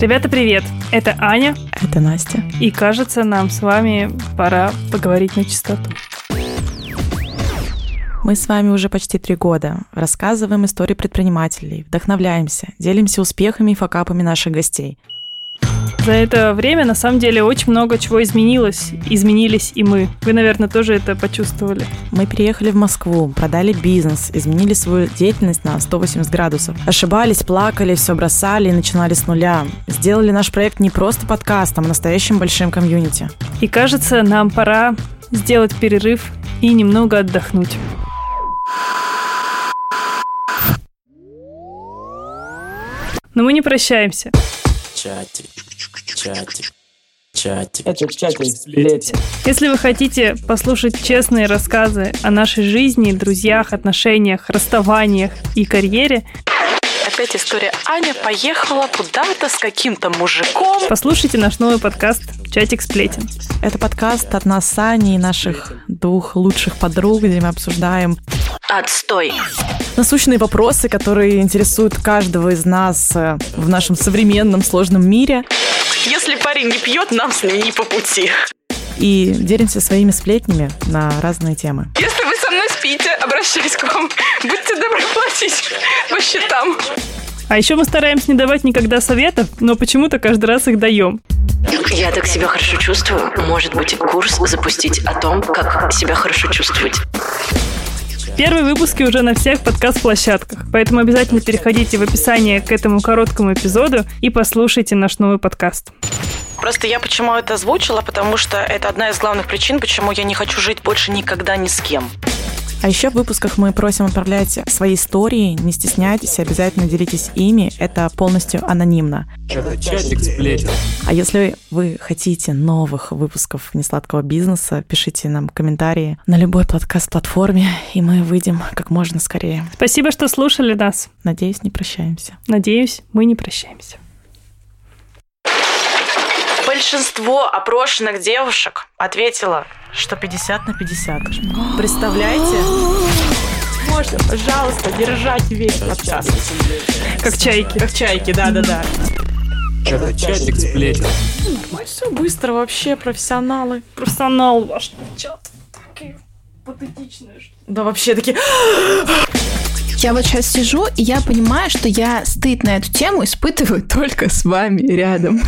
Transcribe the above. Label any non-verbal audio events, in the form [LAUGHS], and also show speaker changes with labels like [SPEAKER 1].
[SPEAKER 1] Ребята, привет! Это Аня,
[SPEAKER 2] Это Настя.
[SPEAKER 1] и кажется, нам с вами пора поговорить на чистоту.
[SPEAKER 2] Мы с вами уже почти три года. Рассказываем истории предпринимателей, вдохновляемся, делимся успехами и факапами наших гостей.
[SPEAKER 1] За это время, на самом деле, очень много чего изменилось. Изменились и мы. Вы, наверное, тоже это почувствовали.
[SPEAKER 2] Мы переехали в Москву, продали бизнес, изменили свою деятельность на 180 градусов. Ошибались, плакали, все бросали и начинали с нуля. Сделали наш проект не просто подкастом, а настоящим большим комьюнити.
[SPEAKER 1] И кажется, нам пора сделать перерыв и немного отдохнуть. Но мы не прощаемся.
[SPEAKER 3] чатик, чатик, чатик.
[SPEAKER 4] Этот чатик, блядь.
[SPEAKER 1] Если вы хотите послушать честные рассказы о нашей жизни, друзьях, отношениях, расставаниях и карьере,
[SPEAKER 5] Опять история. Аня поехала куда-то с каким-то мужиком.
[SPEAKER 1] послушайте наш новый подкаст «Чатик сплетен».
[SPEAKER 2] Это подкаст от нас, Сани, и наших двух лучших подруг, где мы обсуждаем
[SPEAKER 5] Отстой.
[SPEAKER 2] насущные вопросы, которые интересуют каждого из нас э, в нашем современном сложном мире.
[SPEAKER 5] Если парень не пьет, нам с ним не по пути.
[SPEAKER 2] и делимся своими сплетнями на разные темы.
[SPEAKER 5] Если вы со мной спите, обращаюсь к вам. Будьте добры платить по счетам.
[SPEAKER 1] А еще мы стараемся не давать никогда советов, но почему-то каждый раз их даем.
[SPEAKER 6] Я так себя хорошо чувствую. Может быть, курс запустить о том, как себя хорошо чувствовать.
[SPEAKER 1] Первые выпуски уже на всех подкаст-площадках, поэтому обязательно переходите в описание к этому короткому эпизоду и послушайте наш новый подкаст.
[SPEAKER 5] Просто я почему это озвучила, потому что это одна из главных причин, почему я не хочу жить больше никогда ни с кем.
[SPEAKER 2] А еще в выпусках мы просим отправлять свои истории, не стесняйтесь, обязательно делитесь ими, это полностью анонимно.
[SPEAKER 3] Этот чатик сплетен.
[SPEAKER 2] А если вы хотите новых выпусков несладкого бизнеса, пишите нам комментарии на любой подкаст-платформе, и мы выйдем как можно скорее.
[SPEAKER 1] Спасибо, что слушали нас.
[SPEAKER 2] Надеюсь, не прощаемся.
[SPEAKER 1] Надеюсь, мы не прощаемся.
[SPEAKER 5] Большинство опрошенных девушек ответило, что 50 на 50.
[SPEAKER 2] Представляете? Можно, пожалуйста, держать весь подкаст.
[SPEAKER 1] Как чайки.
[SPEAKER 2] Как чайки, да-да-да.
[SPEAKER 3] Этот чатик сплетен.
[SPEAKER 2] Все быстро вообще, профессионалы.
[SPEAKER 1] Персонал ваш чат. Такие патетичные.
[SPEAKER 2] Да вообще такие...
[SPEAKER 7] Я вот сейчас сижу, [LAUGHS] и я понимаю, что я стыд на эту тему испытываю только с вами рядом.